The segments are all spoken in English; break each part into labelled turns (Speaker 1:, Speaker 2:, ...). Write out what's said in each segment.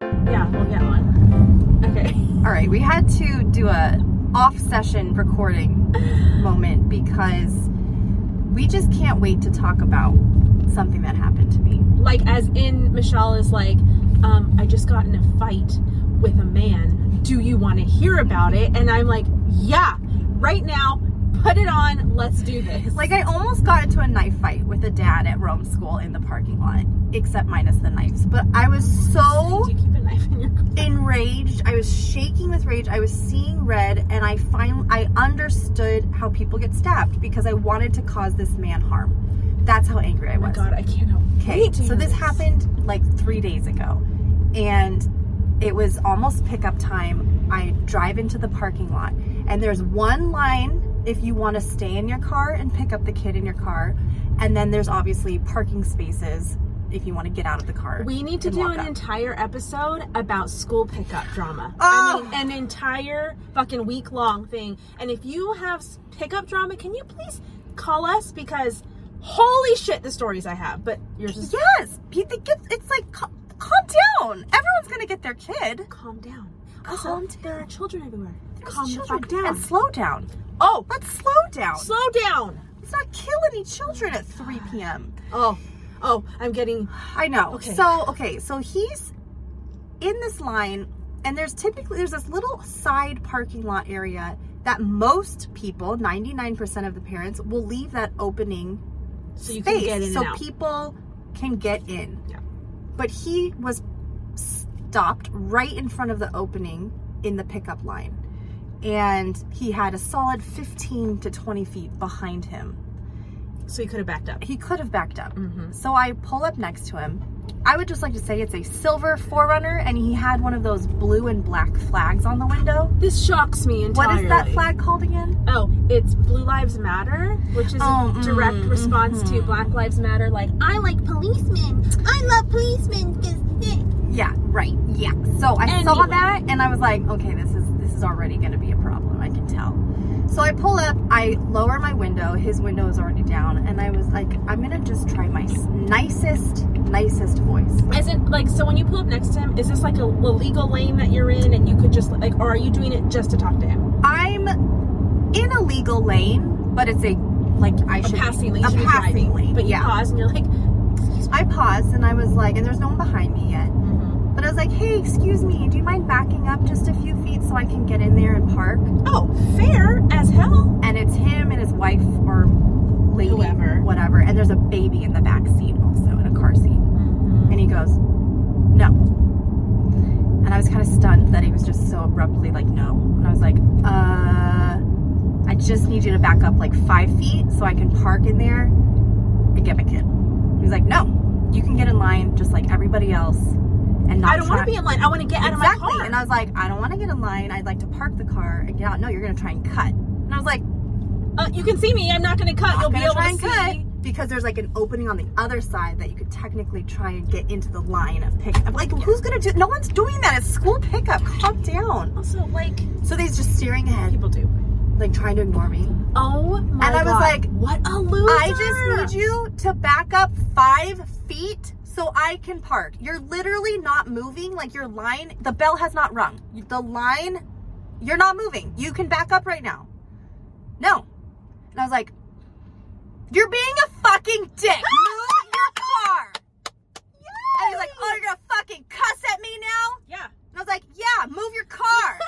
Speaker 1: Yeah, we'll get one. Okay.
Speaker 2: All right, we had to do a off session recording moment because we just can't wait to talk about something that happened to me.
Speaker 1: Like, as in, Michelle is like, um, I just got in a fight with a man. Do you want to hear about it? And I'm like, yeah, right now, put it on. Let's do this.
Speaker 2: Like I almost got into a knife fight with a dad at Rome School in the parking lot, except minus the knives. But I was so
Speaker 1: do you keep a knife in your car?
Speaker 2: enraged. I was shaking with rage. I was seeing red, and I finally I understood how people get stabbed because I wanted to cause this man harm. That's how angry I
Speaker 1: Oh my
Speaker 2: was.
Speaker 1: God, I can't help.
Speaker 2: Okay,
Speaker 1: wait to
Speaker 2: so
Speaker 1: hear
Speaker 2: this happened like three days ago, and it was almost pickup time. I drive into the parking lot, and there's one line if you want to stay in your car and pick up the kid in your car, and then there's obviously parking spaces if you want to get out of the car.
Speaker 1: We need to
Speaker 2: and
Speaker 1: do
Speaker 2: walk
Speaker 1: an
Speaker 2: up.
Speaker 1: entire episode about school pickup drama.
Speaker 2: Oh!
Speaker 1: I mean, an entire fucking week long thing. And if you have s- pickup drama, can you please call us? Because holy shit, the stories I have. But yours is
Speaker 2: yes, you think it's, it's like cal- calm down. Everyone's gonna get their kid.
Speaker 1: calm down. Also,
Speaker 2: Calm
Speaker 1: there Uh-huh. are children everywhere. calm
Speaker 2: Children-
Speaker 1: the fuck down.
Speaker 2: and slow down.
Speaker 1: oh,
Speaker 2: Let's slow down.
Speaker 1: slow down.
Speaker 2: Let's not kill any children at 3 p.m.
Speaker 1: Oh, oh, I'm getting.
Speaker 2: I know.
Speaker 1: Okay.
Speaker 2: So okay, so he's in this line, and there's typically there's this little side parking lot area that most people, 99% of the parents, will leave that opening
Speaker 1: So you
Speaker 2: space
Speaker 1: can get in
Speaker 2: so
Speaker 1: and out.
Speaker 2: people can get in.
Speaker 1: Yeah.
Speaker 2: But he was stopped right in front of the opening in the pickup line. And he had a solid 15 to 20 feet behind him
Speaker 1: so you could have backed up.
Speaker 2: he could have backed up.
Speaker 1: Mhm.
Speaker 2: So I pull up next to him. I would just like to say it's a silver forerunner, and he had one of those blue and black flags on the window.
Speaker 1: This shocks me entirely.
Speaker 2: What is that flag called again?
Speaker 1: Oh, it's Blue Lives Matter, which is
Speaker 2: Oh,
Speaker 1: a direct
Speaker 2: mm,
Speaker 1: response to Black Lives Matter. Like, I like policemen. I love policemen because
Speaker 2: Yeah, right. Yeah. So I saw
Speaker 1: Anyway.
Speaker 2: that, and I was like, okay, this is this is already going to be a problem. I can tell. So I pull up. I lower my window. His window is already down, and I was like, I'm gonna just try my s- nicest, nicest voice.
Speaker 1: as in like so when you pull up next to him, is this like a, a legal lane that you're in, and you could just like, or are you doing it just to talk to him?
Speaker 2: I'm in a legal lane, but it's a like I
Speaker 1: A
Speaker 2: should
Speaker 1: passing lane.
Speaker 2: a
Speaker 1: you should be
Speaker 2: passing
Speaker 1: driving.
Speaker 2: lane,
Speaker 1: But you
Speaker 2: yeah.
Speaker 1: pause and you're like,
Speaker 2: I paused and I was like, and there's no one behind me yet.
Speaker 1: mhm.
Speaker 2: But I was like, hey, excuse me, do you mind backing up just a few feet so I can get in there and park?
Speaker 1: oh, fair as hell.
Speaker 2: And it's him and his wife or lady,
Speaker 1: Whoever.
Speaker 2: whatever. And there's a baby in the back seat also in a car seat.
Speaker 1: Mhm.
Speaker 2: And he goes, no. And I was kind of stunned that he was just so abruptly like, no. And I was like, uh, I just need you to back up like five feet so I can park in there and get my kid. He's like, no, you can get in line just like everybody else and not
Speaker 1: I don't want to
Speaker 2: try-
Speaker 1: be in line. I want to get out
Speaker 2: exactly.
Speaker 1: of my car.
Speaker 2: And I was like, I don't want to get in line. I'd like to park the car and get out. No, you're going to try and cut. And I was like,
Speaker 1: uh, you can see me. I'm not going to cut.
Speaker 2: I'm
Speaker 1: You'll be
Speaker 2: gonna
Speaker 1: able
Speaker 2: try
Speaker 1: to
Speaker 2: and
Speaker 1: see.
Speaker 2: cut because there's like an opening on the other side that you could technically try and get into the line of pick. I'm like, who's gonna do? No one's doing that. It's school pickup. Calm down.
Speaker 1: Also, like
Speaker 2: So they's just staring ahead,
Speaker 1: people do.
Speaker 2: like trying to ignore me.
Speaker 1: Oh my
Speaker 2: And I was
Speaker 1: God.
Speaker 2: like,
Speaker 1: what a loser!
Speaker 2: I just need you to back up five feet so I can park. You're literally not moving. Like your line, the bell has not rung. The line, you're not moving. You can back up right now. No. And I was like, you're being a fucking dick. Move your car. And he's like, oh, you're gonna fucking cuss at me now?
Speaker 1: Yeah.
Speaker 2: And I was like, yeah, move your car.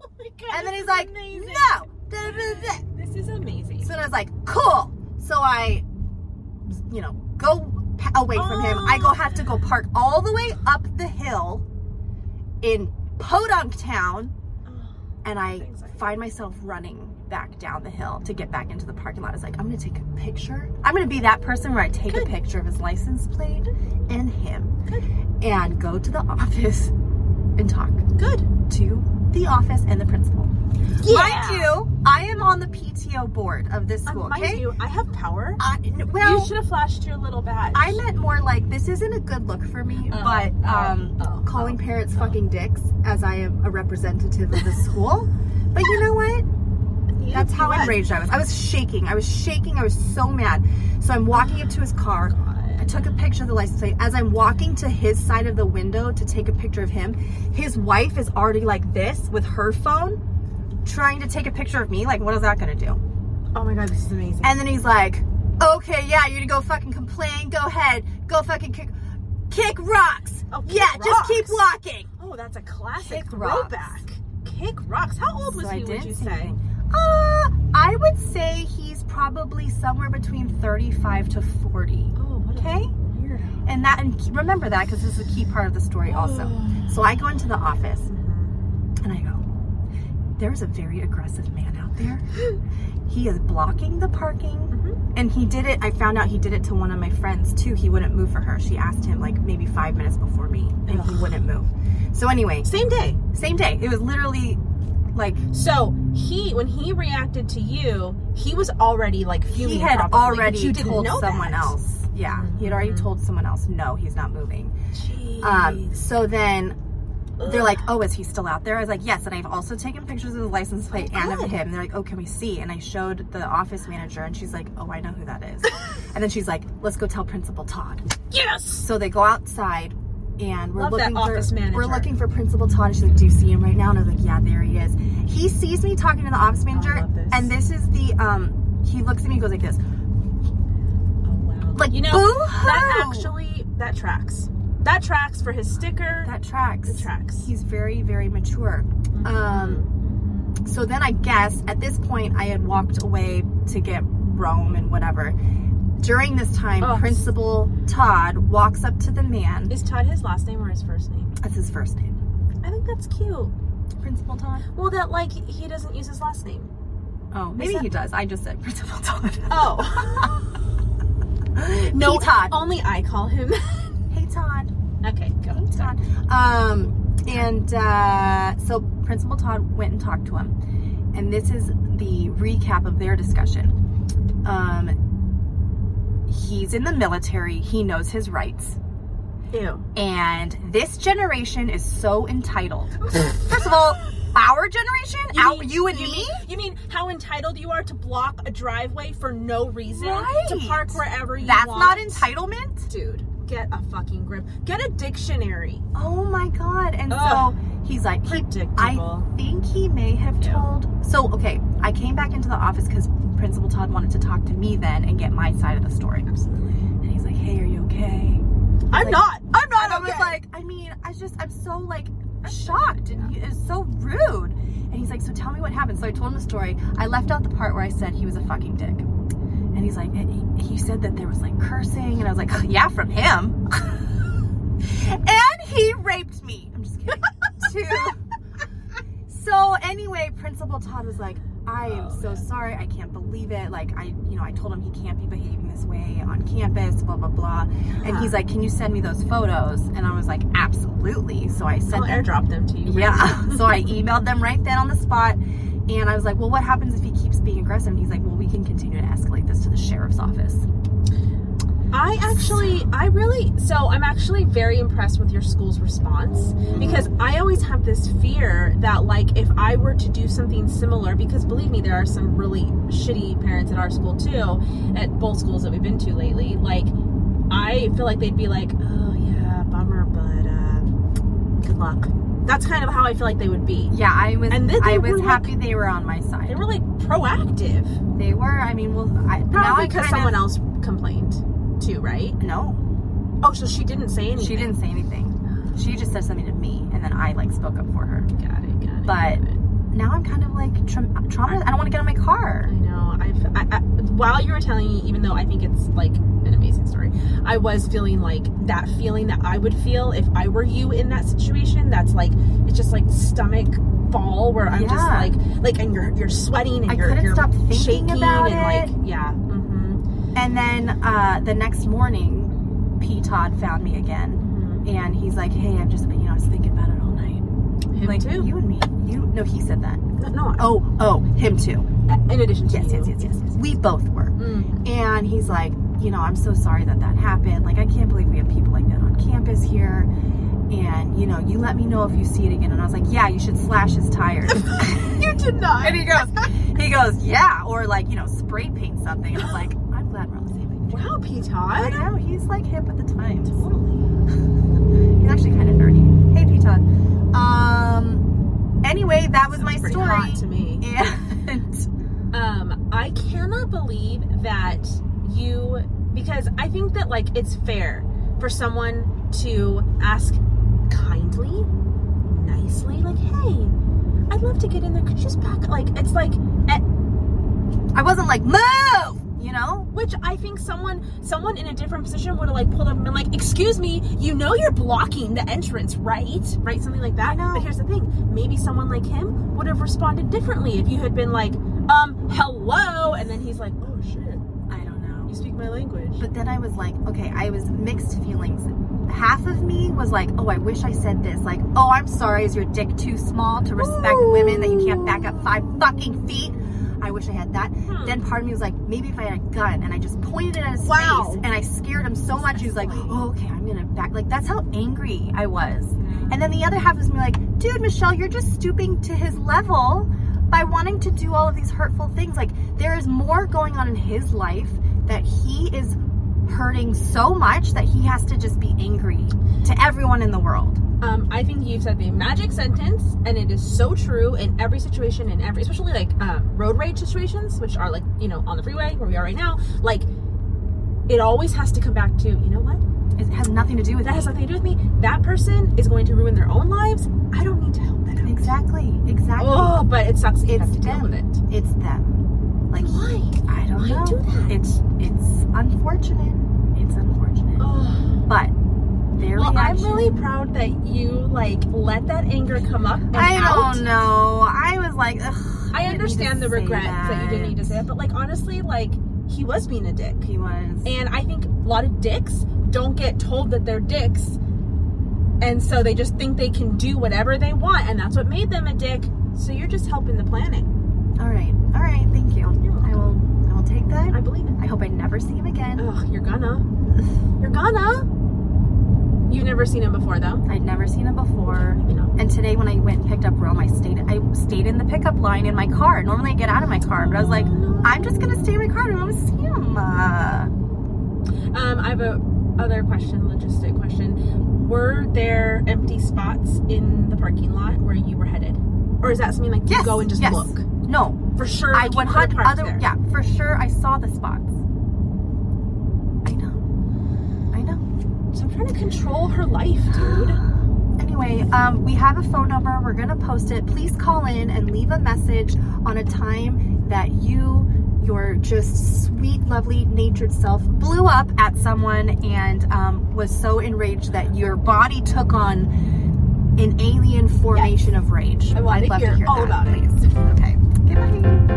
Speaker 1: Oh my God,
Speaker 2: and
Speaker 1: this
Speaker 2: then he's
Speaker 1: is
Speaker 2: like,
Speaker 1: amazing.
Speaker 2: no. Da, da, da.
Speaker 1: This is amazing.
Speaker 2: So then I was like, cool. So I, you know, go p- away from him. I
Speaker 1: Oh.
Speaker 2: go have to go park all the way up the hill in Podunk Town,
Speaker 1: Oh,
Speaker 2: and I
Speaker 1: Things like-
Speaker 2: find myself running back down the hill to get back into the parking lot. I was like, I'm gonna take a picture. I'm gonna be that person where I take a
Speaker 1: Good.
Speaker 2: picture of his license plate and him,
Speaker 1: Good.
Speaker 2: and go to the office and talk
Speaker 1: good.
Speaker 2: to the office and the principal. Mind you, I am on the PTO board of this
Speaker 1: Um,
Speaker 2: school.
Speaker 1: mind
Speaker 2: okay.
Speaker 1: you, I have power.
Speaker 2: I, n- well,
Speaker 1: you should have flashed your little badge.
Speaker 2: I meant more like this isn't a good look for me,
Speaker 1: Oh,
Speaker 2: but
Speaker 1: oh,
Speaker 2: um,
Speaker 1: oh,
Speaker 2: calling
Speaker 1: oh,
Speaker 2: parents
Speaker 1: oh.
Speaker 2: fucking dicks as I am a representative of the school. But you know what?
Speaker 1: You-
Speaker 2: That's how
Speaker 1: you won.
Speaker 2: enraged I was. I was shaking. I was shaking. I was so mad. So I'm walking up to his car.
Speaker 1: God.
Speaker 2: I took a picture of the license plate. As I'm walking to his side of the window to take a picture of him, his wife is already like this with her phone, trying to take a picture of me. Like, what is that gonna do?
Speaker 1: Oh my god, this is amazing.
Speaker 2: And then he's like, okay, yeah, you need to go fucking complain. Go ahead. Go fucking kick, kick rocks.
Speaker 1: Oh, kick
Speaker 2: yeah, just keep
Speaker 1: rocks.
Speaker 2: walking.
Speaker 1: oh, that's a classic
Speaker 2: Kick rocks.
Speaker 1: throwback. Kick rocks. How old was
Speaker 2: So I
Speaker 1: he? Would
Speaker 2: didn't
Speaker 1: you
Speaker 2: say
Speaker 1: say?
Speaker 2: anything. Uh, I would say he's probably somewhere between 35 to 40.
Speaker 1: Oh, what
Speaker 2: Okay?
Speaker 1: a weirdo.
Speaker 2: And that, and ke- remember that because this is a key part of the story also.
Speaker 1: Oh.
Speaker 2: So I go into the office
Speaker 1: Mm-hmm.
Speaker 2: and I go, there's a very aggressive man out there. He is blocking the parking.
Speaker 1: Mm-hmm.
Speaker 2: And he did it, I found out he did it to one of my friends too. He wouldn't move for her. She asked him like maybe five minutes before me and he
Speaker 1: Ugh.
Speaker 2: wouldn't move. So anyway,
Speaker 1: Same day.
Speaker 2: same day. It was literally like
Speaker 1: So he, when he reacted to you, he was already like fuming.
Speaker 2: he had
Speaker 1: probably, but
Speaker 2: already
Speaker 1: you didn't
Speaker 2: told
Speaker 1: know
Speaker 2: someone
Speaker 1: that. Mm-hmm.
Speaker 2: else. Yeah, he had already told someone else, no, he's not moving.
Speaker 1: Jeez.
Speaker 2: Um, so then they're
Speaker 1: Ugh.
Speaker 2: like, oh, is he still out there? I was like, yes. And I've also taken pictures of his license plate and of
Speaker 1: good.
Speaker 2: him. And they're like, oh, can we see? And I showed the office manager, and she's like, oh, I know who that is. and then she's like, let's go tell Principal Todd.
Speaker 1: yes.
Speaker 2: So they go outside and we're
Speaker 1: Love that
Speaker 2: looking for
Speaker 1: office manager.
Speaker 2: we're looking for Principal Todd. And she's like, "Do you see him right now?" And I was like, "Yeah, there he is." He sees me talking to the office manager,
Speaker 1: love this.
Speaker 2: and this is the um. He looks at me, and goes like this.
Speaker 1: Oh wow.
Speaker 2: Like,
Speaker 1: you know
Speaker 2: boo-hoo.
Speaker 1: that actually that tracks. That tracks for his sticker.
Speaker 2: That tracks.
Speaker 1: It tracks.
Speaker 2: He's very, very mature. Um,
Speaker 1: Mm-hmm.
Speaker 2: so then I guess at this point I had walked away to get Rome and whatever. During this time,
Speaker 1: Oh.
Speaker 2: Principal Todd walks up to the man.
Speaker 1: Is Todd his last name or his first name?
Speaker 2: That's his first name.
Speaker 1: I think that's cute.
Speaker 2: Principal Todd.
Speaker 1: Well, that like he doesn't use his last name.
Speaker 2: Oh, maybe
Speaker 1: that-
Speaker 2: he does. I just said Principal Todd.
Speaker 1: Oh.
Speaker 2: Hey, Todd.
Speaker 1: Only I call him.
Speaker 2: Hey Todd.
Speaker 1: okay, go.
Speaker 2: Hey Todd. Um, and uh, so Principal Todd went and talked to him, and this is the recap of their discussion. Um, he's in the military. He knows his rights,
Speaker 1: Ew.
Speaker 2: and this generation is so entitled. First of all, our generation, our, you and
Speaker 1: you
Speaker 2: me.
Speaker 1: Mean, you mean how entitled you are to block a driveway for no reason? To
Speaker 2: Right.
Speaker 1: park wherever you
Speaker 2: That's
Speaker 1: want?
Speaker 2: not entitlement.
Speaker 1: Dude, get a fucking grip. Get a dictionary.
Speaker 2: Oh my god. And
Speaker 1: Ugh.
Speaker 2: so he's like, he, I
Speaker 1: Predictable.
Speaker 2: think he may have
Speaker 1: Yeah.
Speaker 2: told. So, okay, I came back into the office because Principal Todd wanted to talk to me then and get my side of the story.
Speaker 1: Absolutely.
Speaker 2: And he's like, hey, are you okay?
Speaker 1: I'm
Speaker 2: like-
Speaker 1: not. I'm not.
Speaker 2: And I was
Speaker 1: okay.
Speaker 2: like, I mean, I just, I'm so like shocked. And he- It's so rude. And he's like, so tell me what happened. So I told him the story. I left out the part where I said he was a fucking dick. And he's like, and he, he said that there was like cursing. And I was like, yeah, from him. and he raped me. I'm just kidding. Too. So anyway, Principal Todd was like, I am
Speaker 1: Oh,
Speaker 2: so
Speaker 1: yeah.
Speaker 2: sorry. I can't believe it. Like I, you know, I told him he can't be behaving this way on campus, blah, blah, blah. And he's like, "Can you send me those photos?" And I was like, "Absolutely." So I
Speaker 1: I'll
Speaker 2: sent them.
Speaker 1: airdrop them to you.
Speaker 2: Yeah. so I emailed them right then on the spot, and I was like, "Well, what happens if he keeps being aggressive?" And he's like, "Well, we can continue to escalate this to the sheriff's office."
Speaker 1: I actually, I really, so I'm actually very impressed with your school's response
Speaker 2: Mm-hmm.
Speaker 1: because I always have this fear that, like, if I were to do something similar, because believe me, there are some really shitty parents at our school too, at both schools that we've been to lately. Like, I feel like they'd be like, oh, yeah, bummer, but uh, good luck. That's kind of how I feel like they would be.
Speaker 2: Yeah, I was.
Speaker 1: And then they
Speaker 2: I was
Speaker 1: were, like-
Speaker 2: happy they were on my
Speaker 1: They
Speaker 2: side.
Speaker 1: were like proactive.
Speaker 2: They were. I mean, well, I, now
Speaker 1: Probably
Speaker 2: I
Speaker 1: because
Speaker 2: kind
Speaker 1: someone
Speaker 2: of,
Speaker 1: else complained too, right?
Speaker 2: No,
Speaker 1: Oh, so she didn't say anything.
Speaker 2: she didn't say anything. She just said something to me, and then I like spoke up for her.
Speaker 1: Got it, got it.
Speaker 2: But-
Speaker 1: got it.
Speaker 2: Now I'm kind of like traum traumatized. I don't want to get in my car.
Speaker 1: I know. I've, I, I, while you were telling me, even though I think it's like an amazing story, I was feeling like that feeling that I would feel if I were you in that situation. That's like it's just like stomach ball where I'm just
Speaker 2: Yeah.
Speaker 1: like like and you're you're sweating and
Speaker 2: I
Speaker 1: you're,
Speaker 2: couldn't
Speaker 1: you're
Speaker 2: stop thinking
Speaker 1: shaking
Speaker 2: about
Speaker 1: and
Speaker 2: it.
Speaker 1: like yeah. Mm-hmm.
Speaker 2: And then uh, the next morning, P. Todd found me again,
Speaker 1: Mm-hmm.
Speaker 2: and he's like, "Hey, I'm just, you know, I was thinking about it all night."
Speaker 1: Him
Speaker 2: like
Speaker 1: too.
Speaker 2: you and me. You? No, he said that.
Speaker 1: No, no,
Speaker 2: Oh, oh, him too.
Speaker 1: in addition to
Speaker 2: Yes,
Speaker 1: you.
Speaker 2: yes, yes, yes, yes. We both were.
Speaker 1: Mm.
Speaker 2: And he's like, "You know, I'm so sorry that that happened. Like, I can't believe we have people like that on campus here." And you know, you let me know if you see it again. And I was like, "Yeah, you should slash his tires."
Speaker 1: You did not.
Speaker 2: And he goes, he goes, yeah, or like you know, spray paint something. And I was like, I'm glad we're on the same page.
Speaker 1: Wow, P.
Speaker 2: I
Speaker 1: Todd.
Speaker 2: know he's like hip at the times.
Speaker 1: Totally.
Speaker 2: He's actually kind of nerdy. Hey, P. Todd. Um. Anyway, that was my
Speaker 1: Pretty
Speaker 2: story.
Speaker 1: hot to me.
Speaker 2: And
Speaker 1: Um, I cannot believe that you because I think that like it's fair for someone to ask kindly, nicely, like, "Hey, I'd love to get in there. Could you just back?" Like, it's like, at,
Speaker 2: I wasn't like move, you know.
Speaker 1: which I think someone, someone in a different position would have like pulled up and been like, "Excuse me, you know you're blocking the entrance, right? Right? Something like that."
Speaker 2: I know.
Speaker 1: But here's the thing: maybe someone like him would have responded differently if you had been like, "Um, hello," and then he's like, "Oh shit."
Speaker 2: I don't know.
Speaker 1: You speak my language.
Speaker 2: But then I was like, okay, I was mixed feelings. Half of me was like, oh, I wish I said this. Like, oh, I'm sorry, is your dick too small to respect women that you can't back up five fucking feet? I wish I had that.
Speaker 1: Hmm.
Speaker 2: Then part of me was like, maybe if I had a gun and I just pointed it at his
Speaker 1: Wow.
Speaker 2: face and I scared him so much, he was like, oh, okay, I'm gonna back. Like, that's how angry I was. And then the other half was me like, dude, Michelle, you're just stooping to his level by wanting to do all of these hurtful things. Like, there is more going on in his life that he is hurting so much that he has to just be angry to everyone in the world.
Speaker 1: um, I think you've said the magic sentence, and it is so true in every situation, in every, especially like um, road rage situations, which are like, you know, on the freeway where we are right now. Like, it always has to come back to, you know what?
Speaker 2: It has nothing to do with
Speaker 1: That has
Speaker 2: me.
Speaker 1: nothing to do with me. That person is going to ruin their own lives. I don't need to help them. out.
Speaker 2: Exactly. Exactly.
Speaker 1: Oh, but it sucks. that You
Speaker 2: It's
Speaker 1: have to deal
Speaker 2: them.
Speaker 1: with it.
Speaker 2: It's them. Like
Speaker 1: Why?
Speaker 2: I don't
Speaker 1: Why
Speaker 2: know.
Speaker 1: do that?
Speaker 2: It's it's unfortunate. It's unfortunate.
Speaker 1: Oh.
Speaker 2: But their
Speaker 1: Well, I'm
Speaker 2: reaction.
Speaker 1: really proud that you like let that anger come up. And
Speaker 2: I
Speaker 1: out.
Speaker 2: don't know. I was like, ugh,
Speaker 1: I
Speaker 2: didn't need
Speaker 1: understand
Speaker 2: to
Speaker 1: the
Speaker 2: say
Speaker 1: regret that. you didn't need to say that, but like honestly, like he was being a dick.
Speaker 2: he was.
Speaker 1: And I think a lot of dicks don't get told that they're dicks. And so they just think they can do whatever they want, and that's what made them a dick. So you're just helping the planet.
Speaker 2: all right, all right. Thank you.
Speaker 1: You're welcome.
Speaker 2: I will. I will take that.
Speaker 1: I believe it.
Speaker 2: I hope I never see him again.
Speaker 1: Ugh, you're gonna. You're gonna. You've never seen him before, though.
Speaker 2: I'd never seen him before.
Speaker 1: Maybe not.
Speaker 2: And today when I went and picked up Rome, I stayed I stayed in the pickup line in my car. Normally I get out of my car, but I was like, I'm just gonna stay in my car. I don't want to see him. Uh,
Speaker 1: Um, I have a other question, logistic question. Were there empty spots in the parking lot where you were headed, or is that something like you
Speaker 2: Yes,
Speaker 1: go and just
Speaker 2: yes.
Speaker 1: look
Speaker 2: no,
Speaker 1: for sure?
Speaker 2: I
Speaker 1: like, you
Speaker 2: would
Speaker 1: could have
Speaker 2: hunt
Speaker 1: parked
Speaker 2: other.
Speaker 1: there.
Speaker 2: Yeah, for sure. I saw the spots. I know. I know.
Speaker 1: So I'm trying to control her life, dude.
Speaker 2: Anyway, um, we have a phone number. We're gonna post it. Please call in and leave a message on a time that you. Your just sweet, lovely, natured self blew up at someone and um, was so enraged that your body took on an alien formation of rage.
Speaker 1: I wanna
Speaker 2: I'd love
Speaker 1: hear
Speaker 2: to hear
Speaker 1: all
Speaker 2: that,
Speaker 1: about it.
Speaker 2: please. Okay. Goodbye.